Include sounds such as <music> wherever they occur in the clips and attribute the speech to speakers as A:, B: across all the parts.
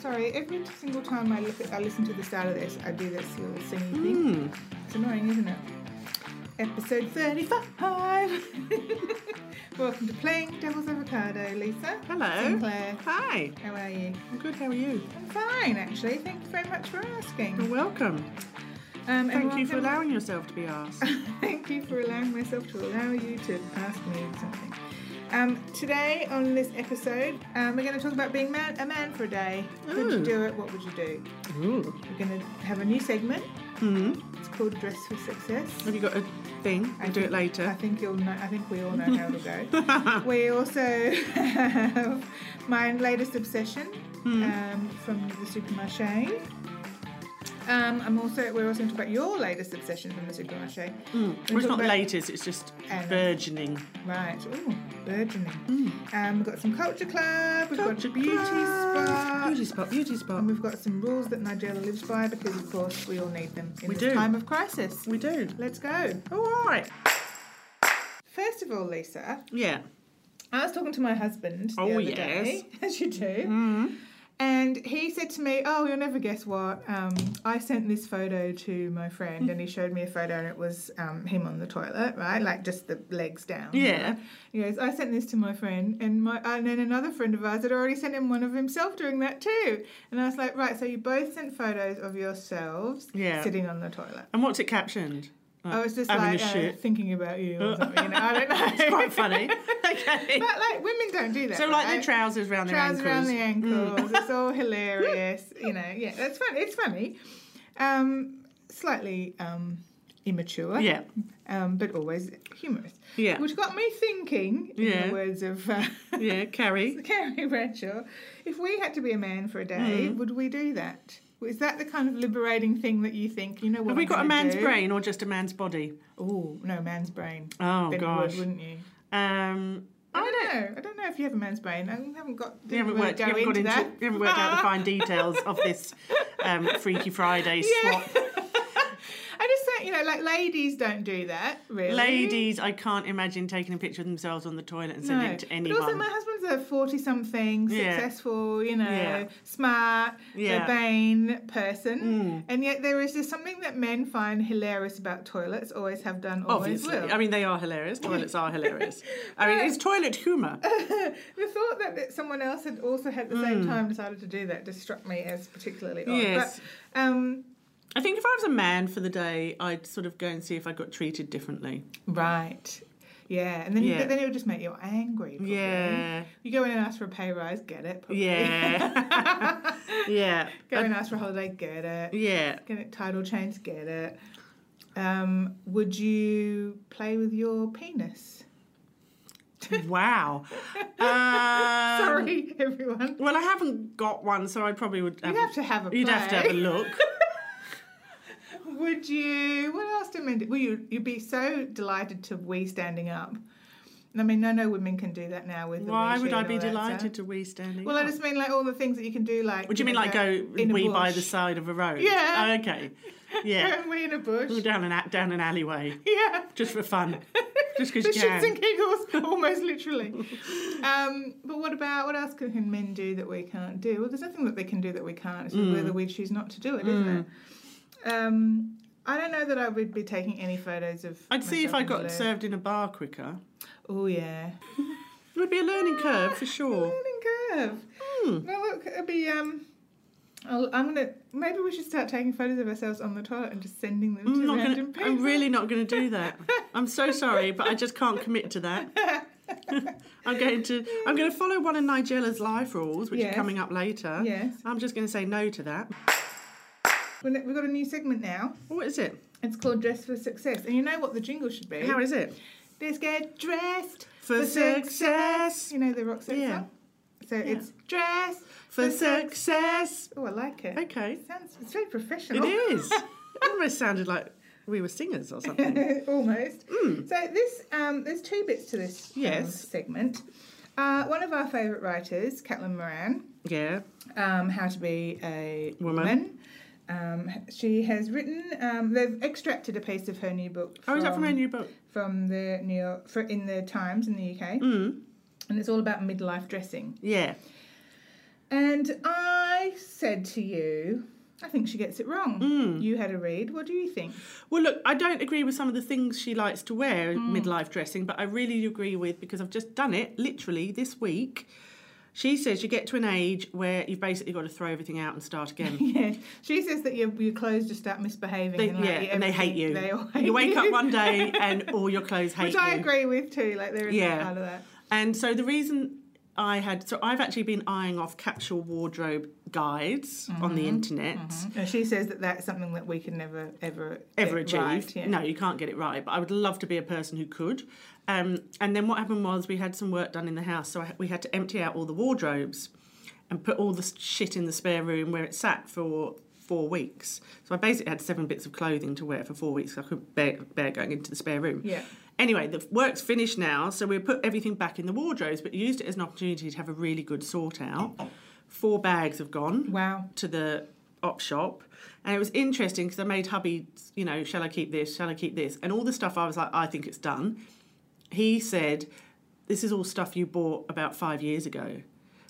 A: sorry. Every single time I look at, I listen to the start of this, I do this little singing
B: Mm.
A: thing.
B: Hmm.
A: It's annoying, isn't it? Episode 35. <laughs> Welcome to Playing Devil's Avocado, Lisa.
B: Hello.
A: Sinclair.
B: Hi.
A: How are you?
B: I'm good. How are you?
A: I'm fine, actually. Thank you very much for
B: You're
A: asking.
B: welcome.
A: Um,
B: Thank you
A: everyone
B: for
A: can-
B: allowing yourself to be asked.
A: <laughs> Thank you for allowing myself to allow you to ask me something. Um, today on this episode, um, we're going to talk about being man, a man for a day. Could you
B: Ooh.
A: do it? What would you do?
B: Ooh.
A: We're going to have a new segment.
B: Hmm.
A: It's called Dress for Success.
B: Have you got a thing? I'll do
A: think-
B: it
A: I
B: later.
A: think you'll know. I think we all know how it'll go.
B: <laughs>
A: we also have my latest obsession
B: Hmm.
A: um, from the supermarché. Um, I'm also. We're also going to talk about your latest obsession from the supermarché.
B: Mm.
A: We're
B: Well, it's
A: talking
B: not
A: about-
B: latest. It's just
A: Um,
B: burgeoning.
A: Right. Ooh, burgeoning. Um, we've got some culture club. We've
B: Hmm. Culture
A: got beauty Mm.
B: club.
A: spa.
B: Beauty spot. Beauty spot.
A: And we've got some rules that Nigella lives by because, of course, we all need them in
B: We
A: this
B: do.
A: time of crisis.
B: We do.
A: Let's go.
B: All right.
A: First of all, Lisa,
B: Yeah.
A: I was talking to my husband the
B: Oh,
A: other
B: yes.
A: day, <laughs> as you do,
B: Mm.
A: and he said to me, "Oh, you'll never guess what." Um, I sent this photo to my friend,
B: <laughs>
A: and he showed me a photo, and it was um, him on the toilet, right, like just the legs down.
B: Yeah.
A: He goes, "I sent this to my friend, and my and then another friend of ours had already sent him one of himself doing that too." And I was like, "Right, so you both sent photos of yourselves
B: Yeah.
A: sitting on the toilet."
B: And what's it captioned?
A: <laughs>
B: Like,
A: I was just
B: having
A: like
B: a
A: uh,
B: shit. Uh.
A: thinking about you or something. You know?
B: <laughs>
A: I don't know.
B: It's
A: <laughs>
B: quite funny. okay. <laughs>
A: But like women don't do that.
B: So like
A: right?
B: the trousers round their
A: trousers
B: ankles. Hmm. Mm.
A: around the ankles. it's
B: <laughs>
A: all hilarious, you know. Yeah, that's fun. It's funny, um, slightly um, immature,
B: Yeah.
A: um, but always humorous.
B: Yeah.
A: Which got me thinking, in
B: Yeah.
A: the words of uh, <laughs>
B: Yeah. Carrie.
A: Carrie Bradshaw, if we had to be a man for a day,
B: Mm.
A: would we do that? Is that the kind of liberating thing that you think? You know what?
B: Have we
A: I'm
B: got
A: gonna
B: a man's
A: do?
B: brain or just a man's body?
A: Oh no, man's brain. Then
B: Oh
A: you would,
B: gosh.
A: wouldn't you?
B: Um.
A: I don't know. I don't know if you have a man's brain. I haven't got.
B: You haven't
A: really
B: worked, you
A: go
B: haven't got into,
A: that.
B: you haven't worked out the fine details
A: <laughs>
B: of this um, Freaky Friday swap.
A: I just think you know, like ladies don't do that really.
B: Ladies, I can't imagine taking a picture of themselves on the toilet and
A: No.
B: sending it to
A: But also,
B: anyone.
A: my husband's a forty-something,
B: Yeah.
A: successful, you know,
B: Yeah.
A: smart,
B: Yeah. Mm.
A: urbane person, and yet there is just something that men find hilarious about toilets. Always have done, always
B: Obviously,
A: will.
B: I mean they are hilarious. Toilets are
A: <laughs>
B: hilarious. I mean it's toilet humour.
A: the thought that, that someone else had also had the same time decided to do that just struck me as particularly odd.
B: Mm. Yes.
A: But, um,
B: I think if I was a man for the day, I'd sort of go and see if I got treated differently.
A: Right. Yeah, and then you
B: Yeah.
A: then it would just make you angry. Probably.
B: Yeah,
A: You go in and ask for a pay rise, get it. Probably. <laughs>
B: yeah, yeah, Um,
A: go in and ask for a holiday, get it.
B: yeah.
A: Get it title change, get it. Um, would you play with your penis?
B: Wow. Um,
A: <laughs> Sorry, <laughs> everyone.
B: Well, I haven't got one, so I probably would.
A: You'd have to have a
B: You'd have to
A: play.
B: have a look.
A: <laughs>
B: <laughs>
A: Would you? What else do men do? Well, you, you'd be so delighted to wee standing up. And I mean, no, no women can do that now with. the
B: Why
A: wee
B: would
A: sheet
B: I
A: and
B: be
A: all that stuff.
B: delighted to wee standing?
A: Well, I
B: up?
A: just mean like all the things that you can do, like.
B: Would you mean like go
A: in a
B: wee by
A: bush.
B: the side of a road?
A: Yeah.
B: Okay.
A: <laughs>
B: Yeah.
A: Go and wee in a bush.
B: down an a- down an alleyway
A: Yeah.
B: just
A: <laughs>
B: for fun, just
A: The
B: because you
A: shits
B: can.
A: and giggles, <laughs> almost
B: <laughs>
A: literally. Um, but what about what else can men do that we can't do? Well, there's nothing that they can do that we can't. It's
B: Mm.
A: whether we choose not to do it, not it? Um, I don't know that I would be taking any photos of.
B: I'd see if
A: myself
B: I
A: in
B: got
A: blue.
B: served in a bar quicker.
A: Oh yeah.
B: It would be a learning
A: Ah.
B: curve for sure.
A: Learning curve.
B: Hmm.
A: Well, look, it'll be. Um, I'll, I'm gonna. Maybe we should start taking photos of ourselves on the toilet and just sending them
B: Mm, I'm
A: to
B: not
A: random
B: gonna.
A: people.
B: I'm really not going to
A: <laughs>
B: do that. I'm so sorry, but I just can't commit to that. I'm going to. I'm going to follow one of Nigella's life rules, which
A: Yes.
B: are coming up later.
A: Yes.
B: I'm just going to say no to that.
A: We're ne- We've got a new segment now.
B: What is it?
A: It's called Dress for Success, and you know what the jingle should be.
B: How is it?
A: Let's get dressed
B: For success.
A: You know the rock song.
B: Yeah.
A: So it's dress
B: For success.
A: Oh, I like it.
B: Okay. Oh.
A: It sounds it's very
B: It
A: professional.
B: <laughs> is. it almost sounded like we were singers or something.
A: <laughs>
B: <laughs>
A: Almost. So this um, there's two bits to this um,
B: Mm. Yes.
A: segment. Uh, one of our favourite writers, Catelyn Moran,
B: Yeah.
A: um, How to Be a Woman.
B: Woman.
A: Um, she has written. Um, they've extracted a piece of her new book.
B: Oh, is that from her new book?
A: from the New York for, in the Times in the UK,
B: Mm.
A: and it's all about midlife dressing.
B: Yeah.
A: And I I said to you, I think she gets it wrong.
B: Mm.
A: You had a read. What do you think? <laughs>
B: Well, look, I don't agree with some of the things she likes to wear midlife dressing, but I really agree with because I've just done it literally this week. She says you get to an age where you've basically got to throw everything out and start <laughs> again.
A: Yeah, she says that your, your clothes just start misbehaving.
B: They-
A: and like
B: yeah, and they hate
A: everything-
B: you.
A: They all hate
B: you wake up one <laughs> day and all your clothes
A: <laughs>
B: hate
A: which
B: you.
A: I agree with too. Like there is
B: Yeah.
A: a part of that.
B: And so the reason I had, so I've actually been eyeing off capsule wardrobe guides on the internet.
A: And she says that that's something that we can never ever
B: ever
A: get
B: achieved.
A: right, yeah.
B: No, you can't get it right, but I would love to be a person who could. Um, and then what happened was we had some work done in the house, so I, we had to empty out all the wardrobes and put all the s- shit in the spare room where it sat for four weeks. So I basically had seven bits of clothing to wear for four weeks. I couldn't bear, bear going into the spare room.
A: Yeah.
B: Anyway, the work's finished now, so we put everything back in the wardrobes, but used it as an opportunity to have a really good sort out. Four bags have gone
A: Wow.
B: to the op shop and it was interesting because i made hubby you know shall i keep this shall i keep this and all the stuff i was like i think it's done he said this is all stuff you bought about five years ago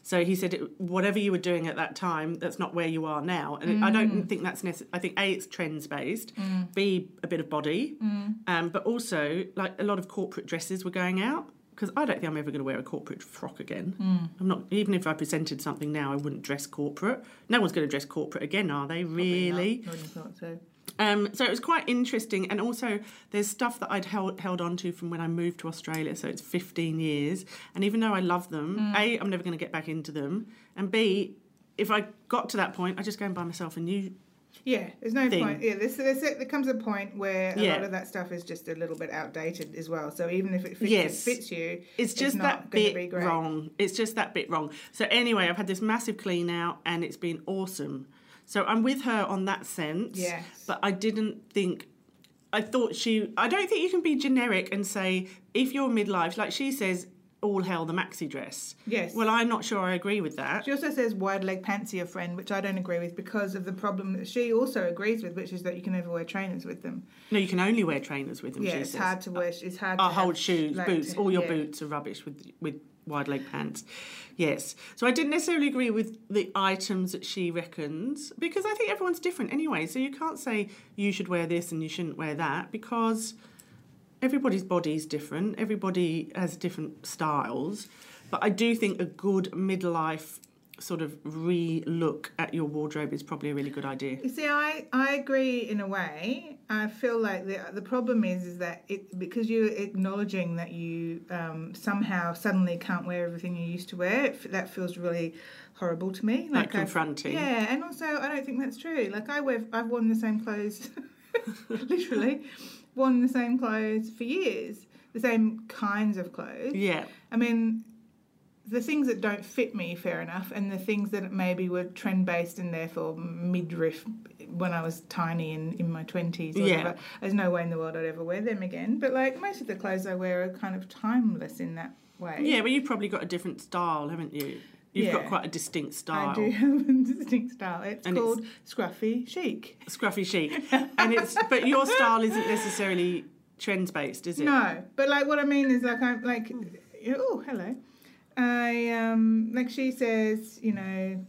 B: so he said "It- whatever you were doing at that time that's not where you are now and i
A: Mm.
B: don't think that's necessary i think a it's trends based b a bit of body
A: Mm.
B: um, but also like a lot of corporate dresses were going out because i don't think i'm ever going to wear a corporate frock again
A: Mm.
B: i'm not even if i presented something now i wouldn't dress corporate no one's going to dress corporate again are they
A: Probably not.
B: really
A: I wouldn't have thought so.
B: um, so it was quite interesting, and also there's stuff that I'd held held on to from when I moved to Australia. So it's 15 years, and even though I love them, a I'm never going to get back into them, and b if I got to that point, I just go and buy myself a new.
A: Yeah, there's no
B: Thing.
A: point. Yeah, this, this there comes a point where a
B: Yeah.
A: lot of that stuff is just a little bit outdated as well. So even if it fits,
B: Yes.
A: fits you,
B: It's just
A: not
B: that
A: gonna be
B: bit
A: great.
B: wrong. It's just that bit wrong. So anyway, I've had this massive clean out, and it's been awesome. So I'm with her on that sense.
A: Yes.
B: But I didn't think. I thought she. I don't think you can be generic and say if you're midlife, like she says, all hail the maxi dress.
A: Yes.
B: Well, I'm not sure I agree with that.
A: She also says wide leg pants are your friend, which I don't agree with because of the problem that she also agrees with, which is that you can never wear trainers with them.
B: No, you can only wear trainers with them.
A: yeah,
B: she
A: it's
B: says.
A: hard to wear. It's hard.
B: Our
A: to
B: whole
A: have,
B: shoes,
A: like,
B: boots,
A: to-
B: all your
A: yeah.
B: boots are rubbish with with wide leg pants. Yes. So I didn't necessarily agree with the items that she reckons because I think everyone's different anyway. So you can't say you should wear this and you shouldn't wear that because everybody's body is different. Everybody has different styles. But I do think a good midlife sort of re-look at your wardrobe is probably a really good idea.
A: You see, I, I agree in a way. I feel like the the problem is is that it because you're acknowledging that you um, somehow suddenly can't wear everything you used to wear. It, f- that feels really horrible to me.
B: Like
A: I-
B: confronting.
A: yeah, and also I don't think that's true. Like I wear, I've worn the same clothes, <laughs> literally, worn the same clothes for years, the same kinds of clothes.
B: Yeah.
A: I mean, the things that don't fit me, fair enough, and the things that maybe were trend based and therefore midriff when I was tiny and in my 20s, or
B: Yeah.
A: whatever, there's no way in the world I'd ever wear them again. But like most of the clothes I wear are kind of timeless in that way.
B: Yeah, but you've probably got a different style, haven't you? You've got
A: Yeah.
B: quite a distinct style.
A: I do have a <laughs> distinct style. It's
B: And it's-
A: called scruffy chic.
B: Scruffy chic.
A: <laughs>
B: And it's but your style isn't necessarily trends based, is it?
A: No, but like what I mean is like I'm like oh hello, I um like she says you know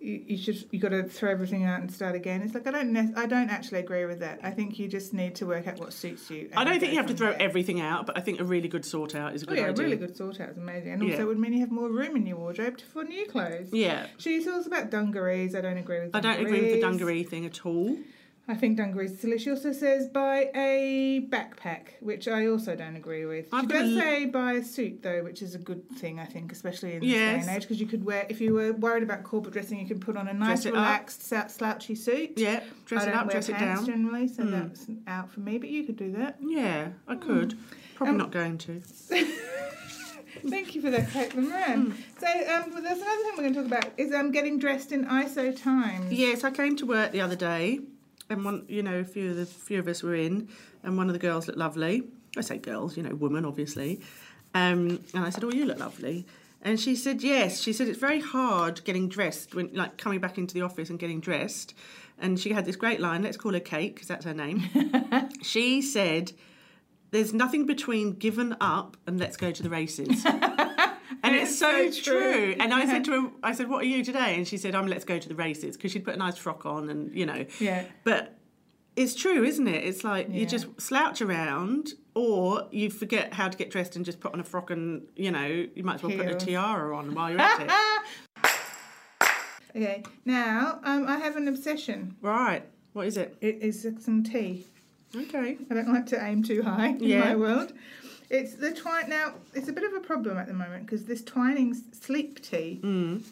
A: you, you should you got to throw everything out and start again. It's like I don't nec- I don't actually agree with that. I think you just need to work out what suits you.
B: I don't
A: and
B: think
A: go
B: you have to
A: from
B: throw
A: there.
B: everything out, but I think a really good sort out is a
A: Oh
B: good
A: yeah,
B: idea.
A: really good sort out is amazing, and
B: Yeah.
A: also it would mean you have more room in your wardrobe to- for new clothes.
B: Yeah.
A: She talks about dungarees. I don't agree with.
B: I
A: Dungarees.
B: don't agree with the dungaree thing at all.
A: I think dungarees are silly. She also says buy a backpack, which I also don't agree with.
B: I've
A: she
B: got
A: does
B: a l-
A: say buy a suit though, which is a good thing I think, especially in this
B: Yes.
A: day and age, because you could wear if you were worried about corporate dressing, you could put on a nice
B: Dress it up.
A: relaxed sou- slouchy suit.
B: Yeah. Dress
A: I
B: it
A: don't
B: up,
A: wear
B: dress it
A: pants
B: down. Hmm.
A: generally, so that's out for me. But you could do that. <laughs>
B: Yeah, I could. Probably
A: Hmm. Um,
B: not going to.
A: Thank you for that, Kate
B: Hmm.
A: Moran. So um, well, there's another thing we're going to talk about is um, getting dressed in ISO times.
B: Yes, I came to work the other day, and one, you know, a few of the few of us were in, and one of the girls looked lovely. I say girls, you know, woman, obviously. Um, and I said, "Oh, you look lovely." And she said, "Yes." She said, "It's very hard getting dressed when, like, coming back into the office and getting dressed." And she had this great line. Let's call her Kate because that's her name. she said, <laughs> "There's nothing between given up and let's go to the races." and it's so, true. And I said to <laughs> her, I said, "What are you today?" And she said, "I'm let's go to the races" because she'd put a nice frock on, and you know.
A: Yeah.
B: But it's true, isn't it? It's like
A: Yeah.
B: you just slouch around, or you forget how to get dressed and just put on a frock, and you know you might as well put a
A: Heels.
B: tiara on while you're at <laughs> it.
A: Okay, now um, I have an obsession.
B: Right. What is it?
A: It is some tea.
B: Okay.
A: I don't like to aim too high in
B: Yeah.
A: my world. It's the twine. Now it's a bit of a problem at the moment because this twining s- sleep tea,
B: Mm.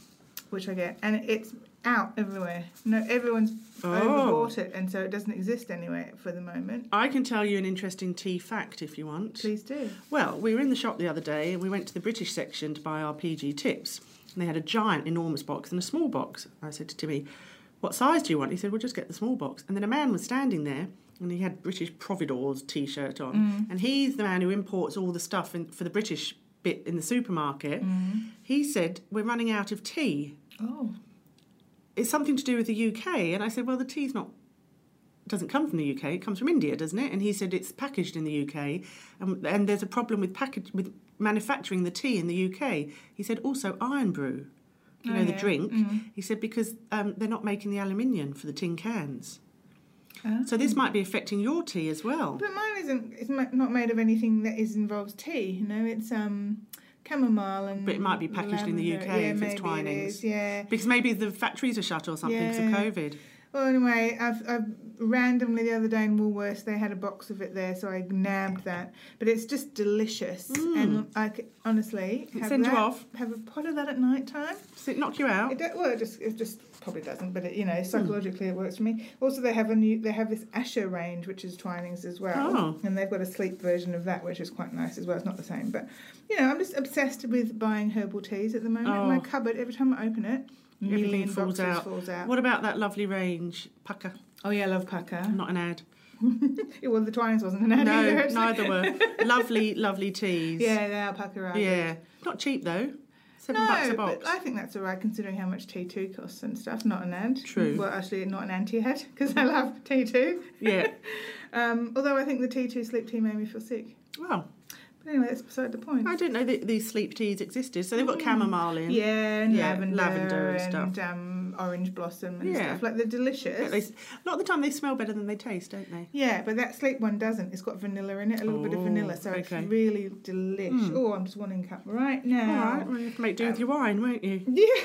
A: which I get, and it's out everywhere. No, everyone's
B: Oh.
A: overbought it, and so it doesn't exist anywhere for the moment.
B: I can tell you an interesting tea fact if you want.
A: Please do.
B: Well, we were in the shop the other day and we went to the British section to buy our PG tips. And they had a giant, enormous box and a small box. I said to Timmy, What size do you want? He said, Well, just get the small box. And then a man was standing there and he had British Providors t shirt on. And he's the man who imports all the stuff in, for the British bit in the supermarket. He said, We're running out of tea.
A: Oh,
B: It's something to do with the UK. And I said, Well, the tea's not. Doesn't come from the UK. It comes from India, doesn't it? And he said it's packaged in the UK, and, and there's a problem with package with manufacturing the tea in the UK. He said also iron brew, you
A: Oh,
B: know the
A: yeah.
B: drink. He said because um, they're not making the aluminium for the tin cans.
A: Ah.
B: So this might be affecting your tea as well.
A: but mine isn't. It's ma- not made of anything that is involves tea. You know, it's um chamomile and.
B: But it might be packaged in the UK
A: lavender.
B: if it's
A: maybe it
B: Twinings.
A: is, Yeah.
B: Because maybe the factories are shut or something because
A: Yeah.
B: of COVID.
A: Well, anyway, I've, I've randomly the other day in Woolworths they had a box of it there, so I nabbed that. But it's just delicious, and I c- honestly
B: Mm. It sends you
A: that-
B: off.
A: Have a pot of that at night time.
B: Does it knock you out?
A: It don't, well, it just it just probably doesn't, but it, you
B: Hmm.
A: know psychologically it works for me. Also, they have a new they have this Asher range which is Twinings as well,
B: Oh.
A: and they've got a sleep version of that which is quite nice as well. It's not the same, but you know I'm just obsessed with buying herbal teas at the moment. My
B: Oh.
A: cupboard every time I open it, a
B: Everything
A: million
B: falls
A: boxes
B: out.
A: falls out.
B: What about that lovely range, Pucker?
A: Oh yeah, I love Packer.
B: Not an ad.
A: Yeah, well, the Twinings wasn't an ad
B: Mm. No,
A: either. so-
B: neither were. lovely, lovely teas.
A: <laughs> Yeah, they are Packer
B: Yeah. Not cheap though. Seven
A: No,
B: bucks a
A: but
B: box.
A: I think that's all right considering how much T2 costs and stuff. Not an ad.
B: True.
A: Well, actually, not an anti <laughs> ad because I love T2.
B: Yeah.
A: Um, although I think the T2 sleep tea made me feel sick.
B: Well,
A: But anyway, that's beside the point.
B: I didn't know that these sleep teas existed. So they've
A: Mm.
B: got chamomile in.
A: Yeah, and
B: Yeah,
A: lavender,
B: lavender and stuff.
A: um, orange blossom and
B: Yeah.
A: stuff. Like, they're delicious.
B: But they, s- a lot of the time they smell better than they taste, don't they?
A: yeah, but that sleep one doesn't. It's got vanilla in it, a little bit of
B: Oh,
A: vanilla, so
B: okay. Hmm.
A: it's really delish. Oh, I'm just wanting a cup right
B: All
A: now.
B: right, well, you have to make do with your wine, won't you?
A: <laughs> Yeah.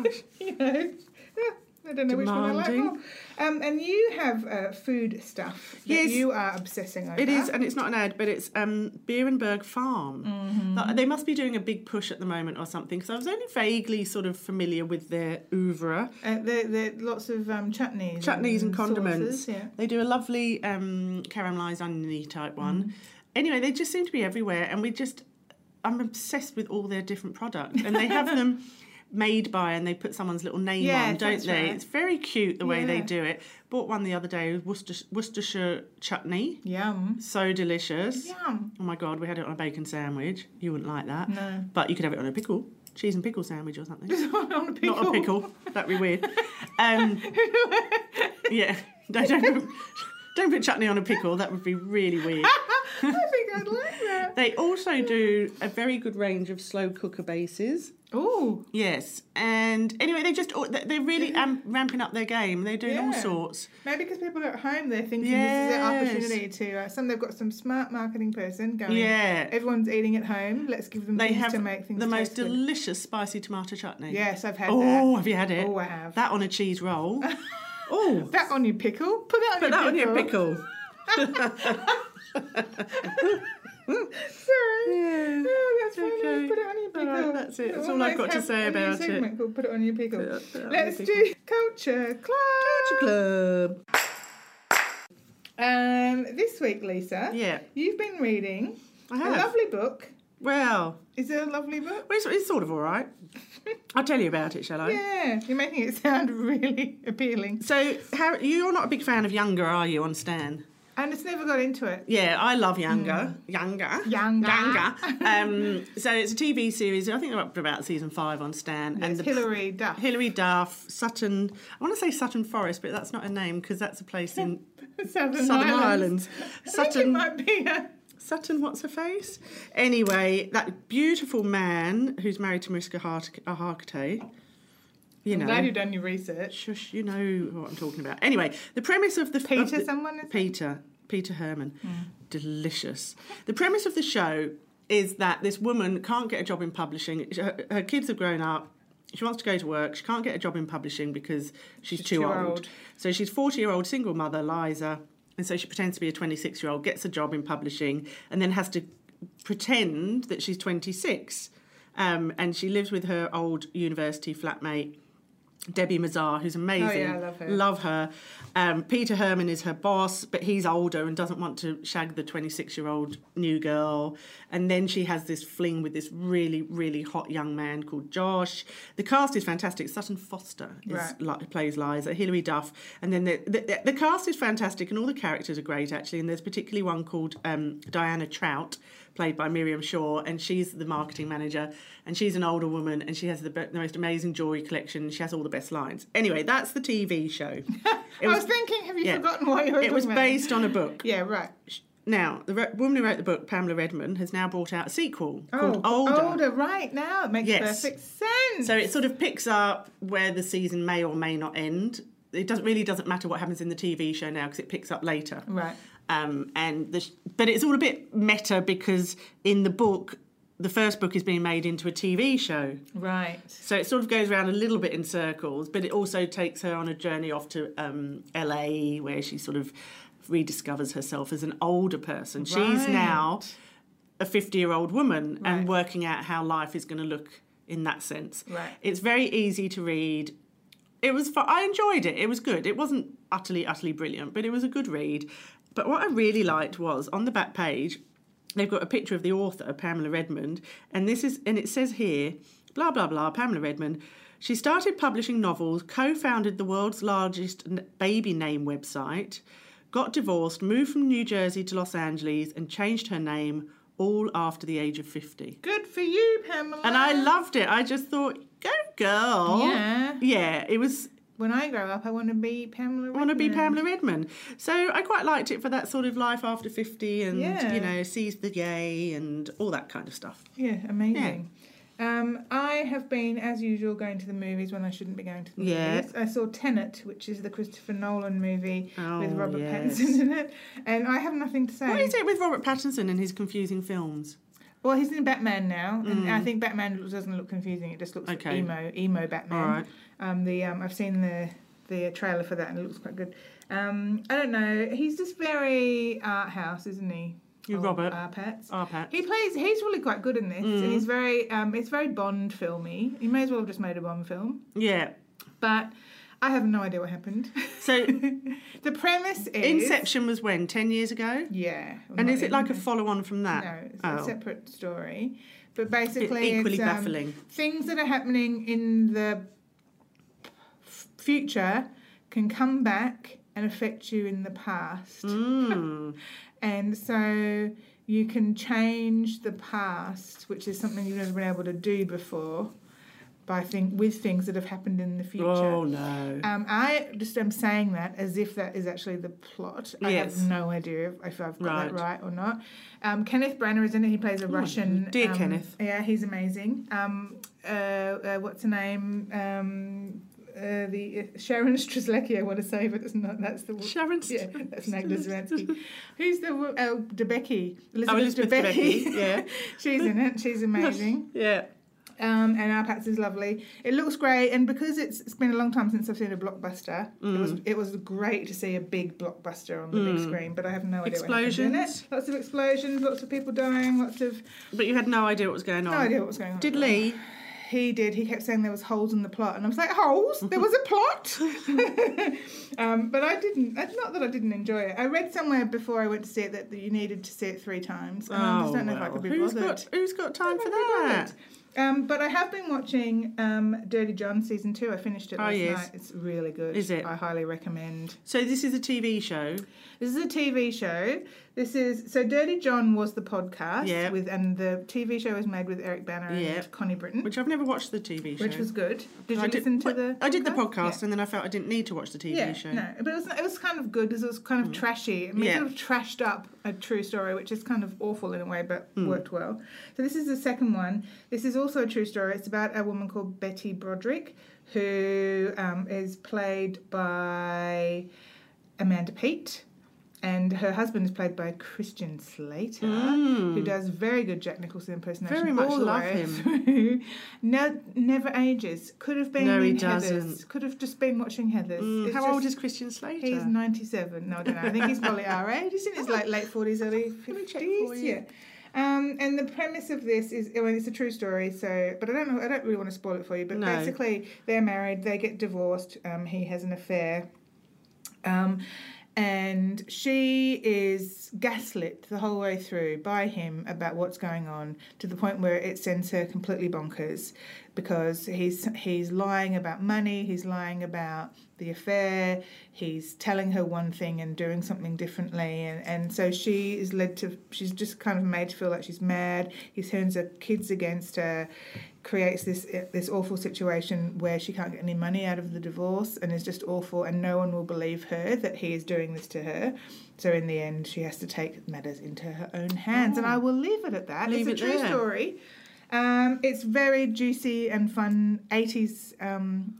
B: Gosh.
A: you know, Ah, I don't know which one I like more.
B: Demanding.
A: Um, and you have uh, food stuff that
B: Yes.
A: you are obsessing over.
B: It is, uh, and it's not an ad, but it's um, Beerenberg Farm.
A: Mm-hmm. Mm.
B: Like, They must be doing a big push at the moment or something, because I was only vaguely sort of familiar with their oeuvre.
A: Uh, there, there are lots of um, chutneys.
B: Chutneys and condiments.
A: sauces, yeah.
B: They do a lovely um, caramelised oniony type one.
A: Mm.
B: Anyway, they just seem to be everywhere, and we just, I'm obsessed with all their different products, and they have
A: <laughs>
B: them. Made by and they put someone's little name
A: Yes,
B: on, don't
A: that's
B: they?
A: right.
B: It's very cute the way they
A: Yeah.
B: do it. Bought one the other day, Worcestershire, Worcestershire chutney,
A: Yum.
B: so delicious.
A: Yum.
B: Oh my god, we had it on a bacon sandwich. You wouldn't like that,
A: No. <laughs>
B: but you could have it on a pickle, cheese and pickle sandwich or something.
A: on a pickle.
B: Not a pickle. That'd be weird. <laughs> Um, yeah, <laughs> no, don't put, don't put chutney on a pickle. That would be really weird.
A: <laughs> I think I'd like that.
B: They also do a very good range of slow cooker bases.
A: Oh,
B: Yes, and anyway, they just all- they- they're really am, ramping up their game. They're doing all
A: Yeah.
B: sorts.
A: maybe because people are at home, they're thinking this is their
B: Yes.
A: opportunity to. Uh, some they've got some smart marketing person going.
B: Yeah,
A: Everyone's eating at home. Let's give them
B: they
A: things
B: have
A: to make things
B: the most
A: taste good.
B: delicious spicy tomato chutney.
A: Yes, I've had
B: Oh, have you had
A: that.
B: it?
A: Oh, I have.
B: That on a cheese <laughs> roll. oh,
A: That on your pickle? Put that on,
B: put
A: your,
B: that on
A: pickle.
B: your pickle.
A: <laughs> Sorry.
B: Yeah.
A: Oh, that's funny.
B: Okay.
A: Put it on your
B: All
A: pickle.
B: right, that's it. That's all
A: Almost
B: I've got to
A: have
B: say
A: a new
B: about it.
A: segment called Put it on your pickle.
B: Put it on your
A: Let's
B: pickle.
A: do culture club.
B: Club.
A: Um, this week, Lisa,
B: Yeah,
A: you've been reading
B: I
A: a
B: have.
A: lovely book.
B: well,
A: Is it a lovely book?
B: it's, it's sort of
A: <laughs>
B: all right. I'll tell you about it, shall I?
A: Yeah, you're making it <laughs> sound really appealing.
B: So, Har you're not a big fan of Younger, are you, on Stan?
A: And it's never got into it.
B: Yeah, I love Younger. Younger.
A: Hmm. Younger. <laughs>
B: um, so, it's a TV series. I think they're up to about season five on Stan.
A: And it's Hilary Duff.
B: Hilary Duff, Sutton. I want to say Sutton Forest,
A: <laughs>
B: but that's not a name because that's a place in
A: Southern,
B: Southern
A: Islands.
B: Ireland.
A: <laughs> I think it
B: Sutton.
A: might be a
B: Sutton, what's her face? Anyway, that beautiful man who's married to Mariska Hark- uh, Hargitay. You
A: I'm
B: know,
A: glad you've done your research.
B: shush, you know what I'm talking about. Anyway, the premise of the of
A: Peter,
B: the-
A: someone is.
B: Peter, Peter Herman. Delicious. The premise of the show is that this woman can't get a job in publishing. Her, her kids have grown up. She wants to go to work. She can't get a job in publishing because she's, too, old. So she's 40 year old single mother, Liza. And so she pretends to be a 26 year old, gets a job in publishing, and then has to pretend that she's 26. Um, and she lives with her old university flatmate, Debbie Mazar, who's amazing.
A: I love her.
B: Love her. Um, Peter Herman is her boss, but he's older and doesn't want to shag the 26 year old new girl. And then she has this fling with this really, really hot young man called Josh. The cast is fantastic. Sutton Foster is,
A: Right.
B: li- plays Liza, Hilary Duff. And then the, the, the- the cast is fantastic and all the characters are great, actually. And there's particularly one called um, Diana Trout. Played by Miriam Shaw, and she's the marketing manager, and she's an older woman, and she has the, be- the most amazing jewelry collection. and She has all the best lines. Anyway, that's the
A: <laughs>
B: TV show. It
A: I
B: was
A: was thinking, have you
B: yeah.
A: forgotten what you were
B: it was
A: talking about?
B: based on a book.
A: Yeah, right.
B: Now, the re- woman who wrote the book, Pamela Redmond, has now brought out a sequel
A: Oh,
B: called Older.
A: right now. It makes
B: Yes.
A: perfect sense.
B: So it sort of picks up where the season may or may not end. It doesn't really doesn't matter what happens in the TV show now because it picks up later.
A: right.
B: Um, and the sh- but it's all a bit meta because in the book, the first book is being made into a TV show.
A: Right.
B: So it sort of goes around a little bit in circles, but it also takes her on a journey off to um, LA where she sort of rediscovers herself as an older person. She's
A: Right.
B: now a 50 year old woman
A: Right.
B: and working out how life is going to look in that sense.
A: Right.
B: It's very easy to read. It was fun. I enjoyed it. It was good. It wasn't utterly, utterly brilliant, but it was a good read. But what I really liked was on the back page, they've got a picture of the author, Pamela Redmond, and this is and it says here, blah blah blah, Pamela Redmond. She started publishing novels, co-founded the world's largest n- baby name website, got divorced, moved from New Jersey to Los Angeles, and changed her name all after the age of fifty.
A: Good for you, Pamela.
B: And I loved it. I just thought, go girl.
A: Yeah.
B: Yeah, it was
A: When I grow up, I want to be Pamela.
B: I want to be
A: Redmond.
B: Pamela Redmond. So I quite liked it for that sort of life after 50 and,
A: Yeah.
B: you know, seize the day and all that kind of stuff.
A: Yeah, amazing. Um, I have been, as usual, going to the movies when I shouldn't be going to the
B: Yeah.
A: movies. I saw Tenet, which is the Christopher Nolan movie
B: Oh,
A: with Robert
B: yes.
A: Pattinson in it, and I have nothing to say.
B: What is it with Robert Pattinson and his confusing films?
A: Well, he's in Batman now, and I think Batman lo- doesn't look confusing. It just looks
B: Mm. Okay.
A: emo, emo Batman.
B: All right.
A: Um, the um, I've seen the the trailer for that, and it looks quite good. Um, I don't know. He's just very art house, isn't he?
B: You
A: Oh,
B: Robert.
A: Our pets.
B: Our Pat.
A: He plays. He's really quite good in this,
B: Mm.
A: and he's very. Um, it's very Bond filmy. He may as well have just made a Bond film,
B: Yeah.
A: but I have no idea what happened. <laughs>
B: So
A: the premise is
B: Inception was when? 10 years ago?
A: Yeah. I'm
B: And
A: not
B: is it
A: even
B: like a
A: gonna-
B: follow on from that?
A: No, it's a
B: Oh.
A: separate story. But
B: It's
A: basically,
B: equally
A: it's, um, <laughs>
B: baffling.
A: things that are happening in the f- future can come back and affect you in the past.
B: Mm.
A: And so you can change the past, which is something you've never been able to do before, by think with things that have happened in the future.
B: oh, no.
A: Um, I just am saying that as if that is actually the plot. I
B: Yes.
A: have no idea if, if I've got
B: Right.
A: that right or not. Um, Kenneth Branagh is in it. He plays a Russian.
B: dear
A: um,
B: Kenneth.
A: Yeah, he's amazing. Um, uh, uh, what's her name? Um, uh, the uh, Sharon Strzelecki. I want to say, but it's not. That's the.
B: Sharon
A: Yeah, that's Magda Zelansky. Who's the wo- oh, Debicki? Elizabeth,
B: <laughs> Oh, Elizabeth
A: Debicki.
B: Debicki, yeah.
A: <laughs> She's in it. She's amazing.
B: <laughs> Yeah.
A: Um, and our Pats is lovely. It looks great, and because it's, it's been a long time since I've seen a blockbuster, it
B: Mm.
A: was it was great to see a big blockbuster on the big screen. But I have no idea what happened in it.
B: Explosions.
A: Lots of explosions, lots of people dying, lots of
B: But you had no idea what was going on.
A: no idea what was going on.
B: Did Lee?
A: He did. He kept saying there was holes in the plot, and I was like, holes? There was a plot. <laughs> um, but I didn't. it's Not that I didn't enjoy it. I read somewhere before I went to see it that, that you needed to see it three times, and I just don't know if I
B: Oh, well,
A: could be
B: who's
A: bothered.
B: got, who's got time for
A: Don't be
B: that?
A: bothered. Um, but I have been watching um, Dirty John season two. I finished it
B: Oh,
A: last
B: yes.
A: night. It's really good.
B: Is it?
A: I highly recommend.
B: So this is a TV show.
A: This is a TV show. This is so Dirty John was the podcast
B: Yeah.
A: with, and the TV show was made with Eric Banner
B: Yeah.
A: and Connie Britton, which,
B: Which I've never watched the TV show.
A: was good. Did
B: I
A: you listen to
B: well,
A: the?
B: I did the
A: podcast? Yeah.
B: podcast, and then I felt I didn't need to watch the TV
A: yeah,
B: show. Mm.
A: No, but it was it was kind of good because it was kind of trashy. I mean,
B: Yeah.
A: sort of trashed up a true story, which is kind of awful in a way, but
B: Mm.
A: worked well. So this is the second one. This is also a true story. It's about a woman called Betty Broderick, who um, is played by Amanda Peet. And her husband is played by Christian Slater,
B: Mm.
A: who does very good Jack Nicholson impersonation.
B: Very much
A: all the
B: love
A: way
B: him.
A: through. <laughs> No, never ages. Could have been
B: No, he
A: in Heather's.
B: doesn't.
A: Could have just been watching Heather's.
B: Mm,
A: It's
B: how
A: just-
B: old is Christian Slater?
A: He's 97. No, I don't know. I think he's
B: <laughs>
A: probably our age. He's in his like late 40s, early 50s.
B: me check for you.
A: Yeah. Um, and the premise of this is, I mean, it's a true story. So, but I don't know. I don't really want to spoil it for you. But
B: No.
A: basically, they're married. They get divorced. Um, he has an affair. Um, and she is gaslit the whole way through by him about what's going on to the point where it sends her completely bonkers because he's he's lying about money, he's lying about the affair, he's telling her one thing and doing something differently and, and so she is led to she's just kind of made to feel like she's mad. He turns her kids against her creates this eh, this awful situation where she can't get any money out of the divorce and is just awful and no one will believe her that he is doing this to her so in the end she has to take matters into her own hands and i will leave it at that
B: Oh. Leave
A: it's a
B: it
A: true
B: there.
A: story um, it's very juicy and fun 80s um,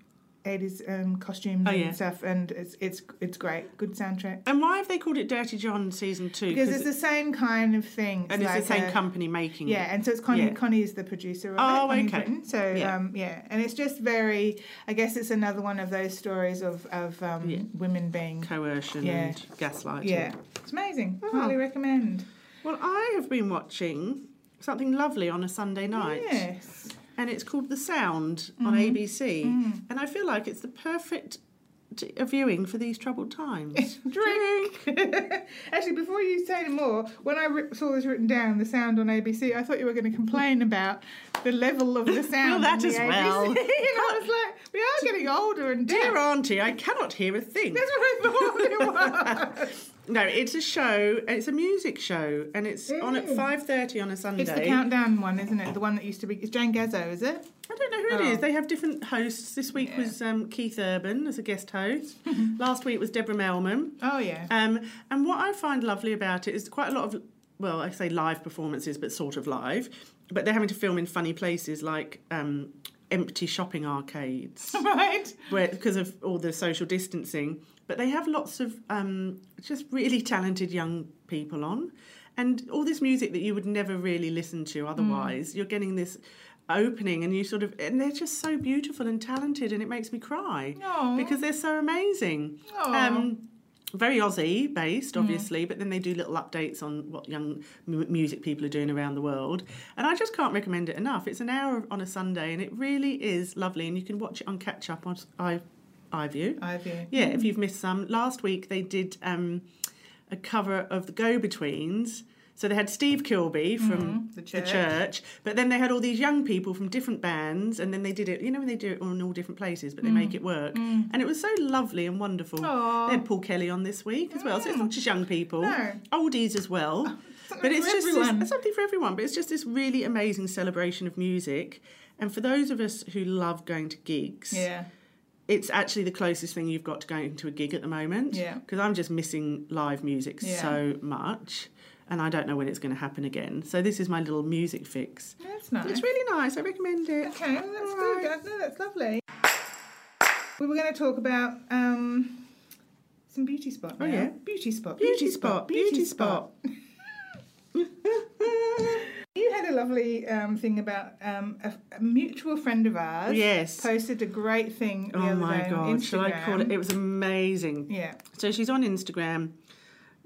A: 80s um, costumes
B: Oh, yeah.
A: and stuff and it's it's it's great good soundtrack
B: And why have they called it Dirty John season two?
A: because it's the same kind of thing
B: and it's
A: like
B: the same
A: a-
B: company making
A: yeah, and so it's Connie.
B: Yeah.
A: Connie is the producer of
B: Oh,
A: it. Connie
B: okay.
A: Britton. So
B: Yeah.
A: yeah. Um, yeah, and it's just very. I guess it's another one of those stories of of um,
B: Yeah.
A: women
B: it.
A: being.
B: coercion
A: Yeah.
B: and gaslighting.
A: Yeah, it's amazing.
B: Oh.
A: Highly recommend.
B: Well, I have been watching something lovely on a Sunday night,
A: Yes. <laughs>
B: and it's called The Sound on
A: Mm-hmm.
B: ABC,
A: Mm.
B: and I feel like it's the perfect t- a viewing for these troubled times.
A: Drink. <laughs> Actually, before you say any more, when I ri- saw this written down, the sound on ABC, I thought you were going to complain about the level of
B: <laughs>
A: the sound.
B: that
A: on the
B: as
A: ABC.
B: well.
A: <laughs> and I was like, we are getting older and deaf.
B: Dear Auntie, I cannot hear a
A: <laughs>
B: thing.
A: That's what
B: <laughs>
A: I thought it was.
B: No, it's a show. It's a music show, and it's on at
A: Mm.
B: five thirty on a Sunday.
A: It's the countdown one, isn't
B: Oh.
A: it? The one that used to be. It's Jane Gazzo, is it?
B: I don't know who it
A: Oh.
B: is. They have different hosts. This week
A: Yeah.
B: was um, Keith Urban as a
A: <laughs>
B: guest host. Last week was Deborah Melman.
A: Oh yeah. <laughs>
B: Um, and what I find lovely about it is quite a lot of, well, I say live performances, but sort of live. But they're having to film in funny places like um, empty shopping arcades
A: right.
B: where because of all the social distancing. But they have lots of um, just really talented young people on, and all this music that you would never really listen to otherwise. You're getting this opening, and you sort of and they're just so beautiful and talented, and it makes me cry
A: No.
B: because they're so amazing.
A: Aw.
B: Um, very Aussie based, obviously, but then they do little updates on what young m- music people are doing around the world. And I just can't recommend it enough. It's an hour on a Sunday and it really is lovely. And you can watch it on catch up on i iView.
A: Ivy.
B: Yeah, if you've missed some. Last week they did um, a cover of The Go Betweens. So they had Steve Kilby from
A: The
B: the
A: church.
B: church. But then they had all these young people from different bands, and then they did it. You know, when they do it on all different places, but they make it work, and it was so lovely and wonderful.
A: Mm. Aw.
B: They had Paul Kelly on this week as well, so it's not just young people,
A: No. Oh,
B: oldies as well.
A: something
B: But it's
A: for
B: just this-
A: everyone.
B: something for everyone. But it's just this really amazing celebration of music, and for those of us who love going to gigs,
A: Yeah.
B: it's actually the closest thing you've got to going to a gig at the moment.
A: Yeah.
B: Because I'm just missing live music
A: Yeah.
B: so much. And I don't know when it's going to happen again. So this is my little music fix.
A: That's nice.
B: It's really nice. I recommend it.
A: okay. That's
B: All right.
A: good. No, that's lovely. We were going to talk about um, some beauty spot.
B: Oh,
A: now.
B: yeah.
A: Beauty spot.
B: Beauty spot, beauty
A: <laughs> you had a lovely um, thing about um, a, a mutual friend of ours.
B: Yes.
A: Posted a great thing. The
B: Oh
A: other
B: my
A: day On
B: god!
A: Instagram.
B: Shall I call it? It was amazing.
A: Yeah.
B: So she's on Instagram.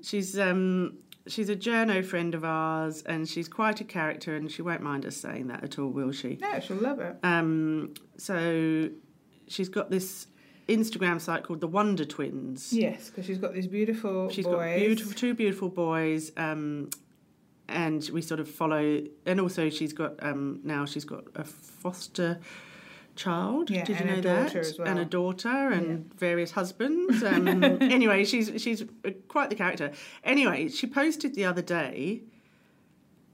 B: She's um she's a journo friend of ours, and she's quite a character, and she won't mind us saying that at all, will she?
A: No, she'll love it.
B: Um, so she's got this Instagram site called the Wonder Twins.
A: Yes, because she's got these beautiful
B: She's
A: boys.
B: got beautiful, two beautiful boys, um, and we sort of follow. And also, she's got um, now she's got a foster child.
A: Yeah,
B: Did you
A: and a
B: know that?
A: daughter as well.
B: And a daughter and various husbands. Um,
A: <laughs>
B: anyway, she's she's quite the character. Anyway, she posted the other day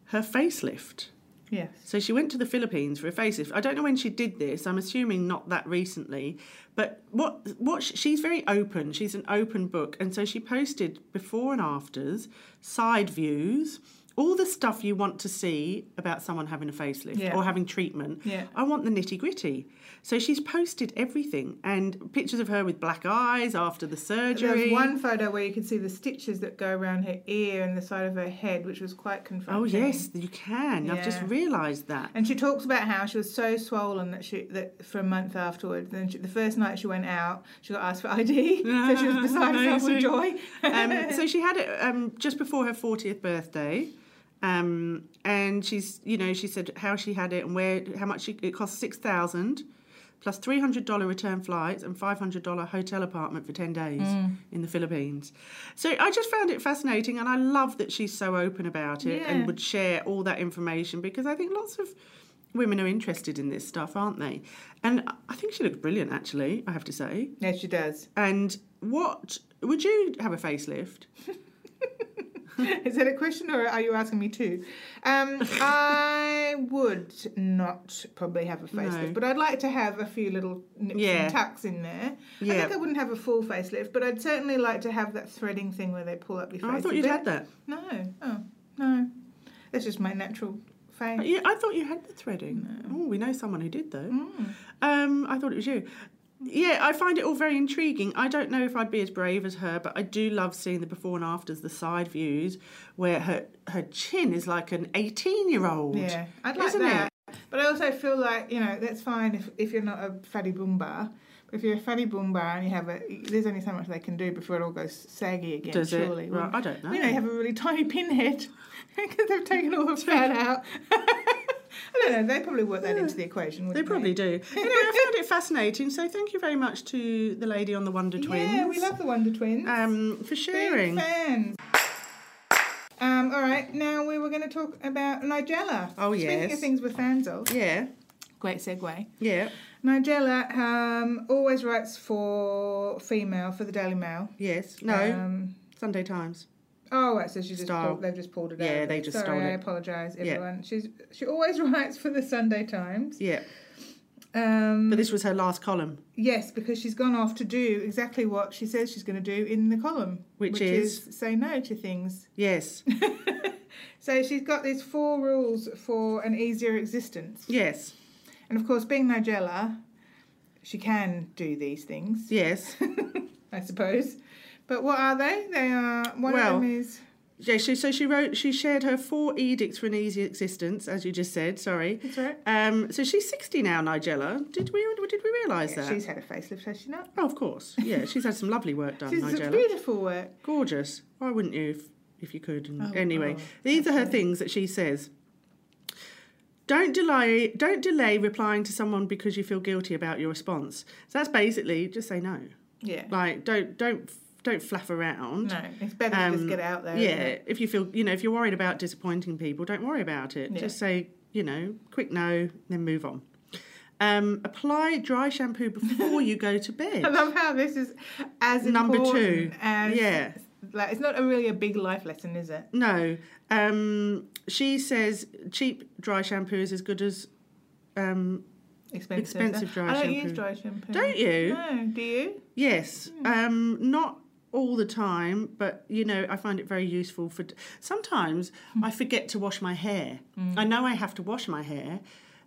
B: her facelift.
A: Yes.
B: So she went to the Philippines for a facelift. I don't know when she did this. I'm assuming not that recently. But what what sh- she's very open. She's an open book, and so she posted before and afters, side views, all the stuff you want to see about someone having a facelift
A: Yeah.
B: or having treatment.
A: Yeah.
B: I want the nitty gritty. So she's posted everything and pictures of her with black eyes after the surgery.
A: There's one photo where you can see the stitches that go around her ear and the side of her head, which was quite
B: Oh
A: confronting.
B: yes, you can. I've just
A: Yeah.
B: realised that.
A: And she talks about how she was so swollen that she that for a month afterwards. Then she, the first night she went out, she got asked for ID, <laughs> so she was beside
B: <laughs>
A: herself with
B: Amazing.
A: joy. <laughs>
B: um, so she had it um, just before her 40th birthday. Um, and she's, you know, she said how she had it and where, how much she, it cost 6000 plus $300 return flights and $500 hotel apartment for 10 days in the Philippines. So I just found it fascinating and I love that she's so open about it
A: Yeah.
B: and would share all that information because I think lots of women are interested in this stuff, aren't they? And I- I think she looked brilliant, actually, I have to say.
A: yes, she does. <laughs>
B: And what would you have a facelift?
A: Is that a question, or are you asking me too? Um, I would not probably have a facelift,
B: <laughs> No.
A: but I'd like to have a few little nips
B: Yeah.
A: and tucks in there. I
B: Yeah.
A: think I wouldn't have a full facelift, but I'd certainly like to have that threading thing where they pull up your face.
B: Oh, I
A: a
B: thought you'd
A: bit.
B: had that.
A: No, oh no, that's just my natural face.
B: Yeah, I thought you had the threading. Oh, we know someone who did though.
A: Mm.
B: Um, I thought it was you. Yeah, I find it all very intriguing. I don't know if I'd be as brave as her, but I do love seeing the before and afters, the side views, where her her chin is like an eighteen year old.
A: Yeah, I'd like
B: Isn't
A: that. But I also feel like you know that's fine if, if you're not a fatty boomba. But if you're a fatty boomba and you have a, there's only so much they can do before it all goes saggy again.
B: Does it?
A: surely.
B: Right, I don't know.
A: You know, you have a really tiny <laughs> pinhead because they've taken all the
B: <laughs>
A: fat out. <laughs> I don't know. They probably work that into the equation.
B: They
A: wouldn't
B: probably do. Anyway, I found it fascinating. So thank you very much to the lady on the Wonder Twins.
A: Yeah, we love the Wonder Twins.
B: um, for sharing.
A: Big fans. Um, all right, now we were going to talk about Nigella.
B: Oh,
A: Speaking
B: yes.
A: of things we're fans of.
B: Yeah,
A: Great segue.
B: yeah,
A: Nigella um, always writes for female for the Daily Mail.
B: yes. No,
A: Um,
B: Sunday Times.
A: oh, right, so she just
B: Style.
A: pulled, they've just pulled it out.
B: Yeah, they just
A: Sorry,
B: stole
A: I
B: it.
A: apologise,
B: Yeah.
A: everyone. She's she always <laughs> writes for the Sunday Times.
B: Yeah,
A: Um,
B: but this was her last column.
A: yes, because she's gone off to do exactly what she says she's going to do in the column,
B: Which
A: say no to things.
B: Yes,
A: So she's got these four rules for an easier existence,
B: yes,
A: and of course, being Nigella, she can do these things.
B: yes.
A: <laughs> I suppose. But what are they? They are one
B: Well-
A: of them is
B: Yeah, she, so she wrote, she shared her four edicts for an easy existence, as you just said, sorry.
A: that's right.
B: Um, so she's 60 now, Nigella. Did we did we realise
A: Yeah,
B: that?
A: she's had a facelift, has she not?
B: Oh, of course. Yeah, she's had some lovely work done,
A: She's
B: Nigella.
A: beautiful work.
B: Gorgeous. Why wouldn't you if, if you could? And
A: Oh,
B: anyway,
A: oh,
B: these are her things that she says. Don't delay don't delay replying to someone because you feel guilty about your response. So that's basically just say no.
A: Yeah.
B: Like don't don't don't fluff around.
A: No, it's better to
B: Um,
A: just get out there. isn't
B: Yeah,
A: it? <laughs>
B: if you feel, you know, if you're worried about disappointing people, don't worry about it.
A: Yeah.
B: Just say, you know, quick no, then move on. Um, apply dry shampoo before you go to
A: I <laughs>
B: bed.
A: love how this is as
B: Number
A: important
B: two.
A: As,
B: Yeah.
A: Like it's not a really a big life lesson, is it?
B: No, um, she says cheap dry shampoo is as good as. Um,
A: Expensive.
B: Expensive dry
A: I don't
B: shampoo.
A: use dry shampoo.
B: don't you?
A: No, do you?
B: Yes, um, not all the time, but you know, I find it very useful for. Sometimes I forget to wash my hair. I know I have to wash my hair,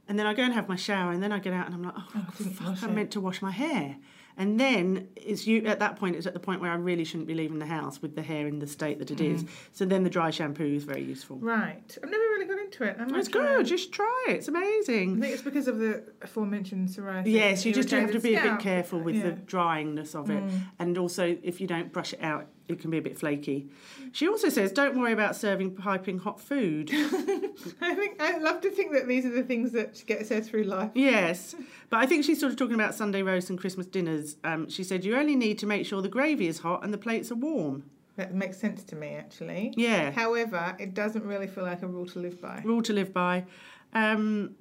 B: and then I go and have my shower, and then I get out and I'm like, oh,
A: I didn't wash
B: fuck, I
A: it."
B: meant to wash my hair. And then it's you at that point. It's at the point where I really shouldn't be leaving the house with the hair in the state that it is. So then the dry shampoo is very useful.
A: Right. I've never really got into it. I might
B: It's
A: try.
B: good. Just try it. It's
A: I
B: amazing.
A: think it's because of the aforementioned psoriasis.
B: Yes, you just have to
A: irritated
B: be a bit
A: scalp.
B: careful with the
A: Yeah.
B: dryingness of it. And also, if you don't brush it out, it can be a bit flaky. She also says, don't worry about serving piping hot food.
A: <laughs> I think I love to think that these are the things that gets her through life.
B: yes. But I think she's sort of talking about Sunday roast and Christmas dinners. Um, she said, you only need to make sure the gravy is hot and the plates are warm.
A: That makes sense to me, actually.
B: Yeah.
A: However, it doesn't really feel like a rule to live by.
B: rule to live by. Um,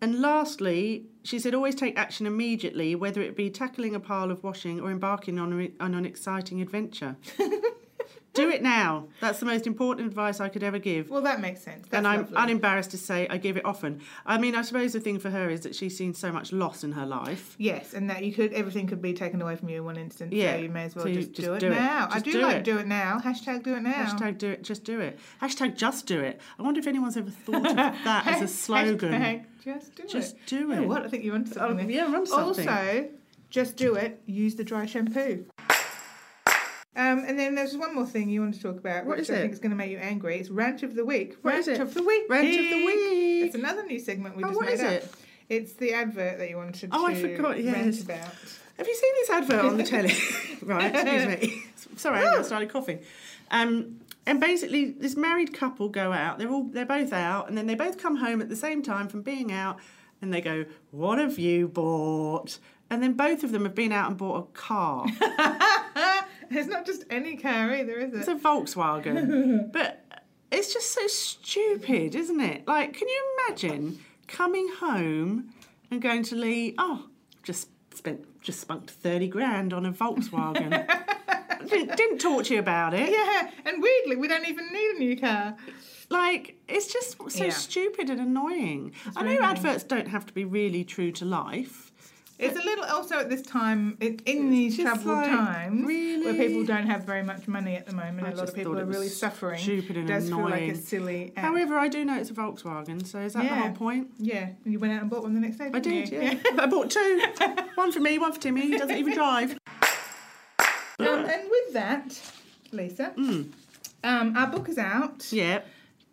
B: and lastly, she said, always take action immediately, whether it be tackling a pile of washing or embarking on, a, on an exciting
A: <laughs>
B: adventure. Do it now. That's the most important advice I could ever give.
A: Well, that makes sense. That's
B: and I'm
A: lovely.
B: unembarrassed to say I give it often. I mean, I suppose the thing for her is that she's seen so much loss in her life.
A: Yes, and that you could everything could be taken away from you in one instant.
B: Yeah,
A: So you may as well
B: so you
A: just,
B: just
A: do it
B: do it.
A: now. I
B: Just
A: do,
B: do
A: like
B: it.
A: do it now. Hashtag do it now.
B: Hashtag do it, just do it. Hashtag just do it. I wonder if anyone's ever
A: <laughs>
B: thought of that as a slogan.
A: Hashtag just do
B: just
A: it.
B: do
A: You
B: it.
A: know what? I think you're onto
B: Oh,
A: something. there.
B: yeah, run something.
A: Also, just do it. Use the dry shampoo. Um, and then there's one more thing you want to talk about,
B: What
A: which
B: is
A: I
B: it?
A: think is going to make you angry. It's rant of the week.
B: What
A: rant
B: is it?
A: of the week.
B: Rant of the week.
A: It's another new segment we
B: Oh,
A: just
B: what
A: made
B: is
A: up.
B: it?
A: It's the advert that you wanted
B: Oh,
A: to
B: I forgot, yes.
A: rant about. <laughs>
B: Have you seen this advert on the telly? right, excuse me. Sorry, I started coughing. Um, and basically, this married couple go out. They're all they're both out, and then they both come home at the same time from being out, and they go, "What have you bought?" And then both of them have been out and bought a car.
A: It's not just any car either, is it?
B: It's a Volkswagen, but it's just so stupid, isn't it? Like, can you imagine coming home and going to Lee? Oh, just spent just spunked thirty grand on
A: <laughs>
B: a Volkswagen. didn't, didn't talk to you about it.
A: <laughs> Yeah, and weirdly, we don't even need a new car.
B: Like, it's just so
A: Yeah.
B: stupid and annoying. I know
A: very annoying.
B: adverts don't have to be really true to life.
A: It's a little also at this time in, in these
B: just
A: troubled
B: like,
A: times
B: really?
A: where people don't have very much money at the moment.
B: I
A: a lot
B: just
A: of people
B: thought
A: are
B: it was
A: really suffering.
B: stupid and
A: it does feel like
B: annoying.
A: a silly. Act.
B: However, I do know it's a Volkswagen, so is that the
A: Yeah.
B: whole point?
A: yeah, and you went out and bought one the next day.
B: I
A: didn't
B: did,
A: you?
B: yeah. I
A: <laughs>
B: bought two. One for me, one for Timmy. He doesn't even drive.
A: <laughs> Um, and with that, Lisa,
B: Hmm.
A: um, our book is out
B: Yeah.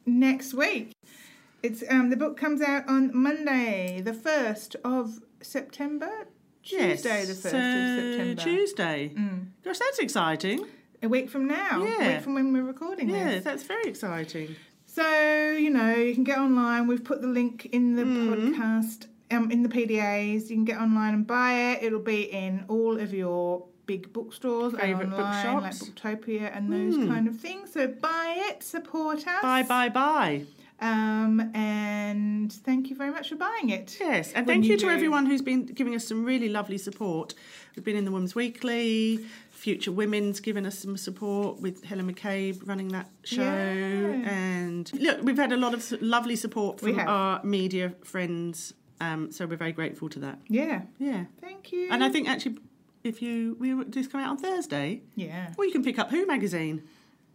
A: next week. It's um, the book comes out on Monday, the first of September.
B: Yes.
A: Tuesday, the first
B: So,
A: of September.
B: Tuesday. Gosh, that's exciting.
A: A week from now. A
B: Yeah.
A: week from when we're recording this.
B: Yeah, that's very exciting.
A: So, you know, you can get online. We've put the link in the
B: Mm-hmm.
A: podcast, um, in the PDAs. You can get online and buy it. It'll be in all of your big bookstores, and
B: Favourite
A: online,
B: bookshops. Mm.
A: like Booktopia and those kind of things. So buy it, support us.
B: Bye, bye, bye.
A: Um, and thank you very much for buying it.
B: Yes, and
A: When
B: thank
A: you
B: you to
A: do-
B: everyone who's been giving us some really lovely support. We've been in the Women's Weekly, Future Women's given us some support with Helen McCabe running that show.
A: Yeah.
B: And look, we've had a lot of s- lovely support
A: We
B: from
A: have.
B: our media friends, um, so we're very grateful to that.
A: Yeah.
B: Yeah.
A: Thank you.
B: And I think actually, if you, we this come out on Thursday,
A: yeah.
B: or you can pick up Who magazine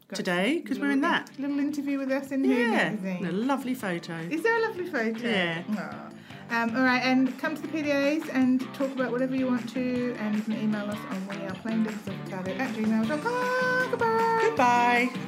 A: Got
B: today because we're in
A: little-
B: that.
A: Little interview with us in Who
B: Yeah,
A: magazine.
B: and a lovely photo.
A: Is there a lovely photo?
B: Yeah.
A: Aw. Um, all right, and come to the PDAs and talk about whatever you want to, and you can email us on weareplaindingsavocado at gmail.com. Goodbye.
B: Goodbye.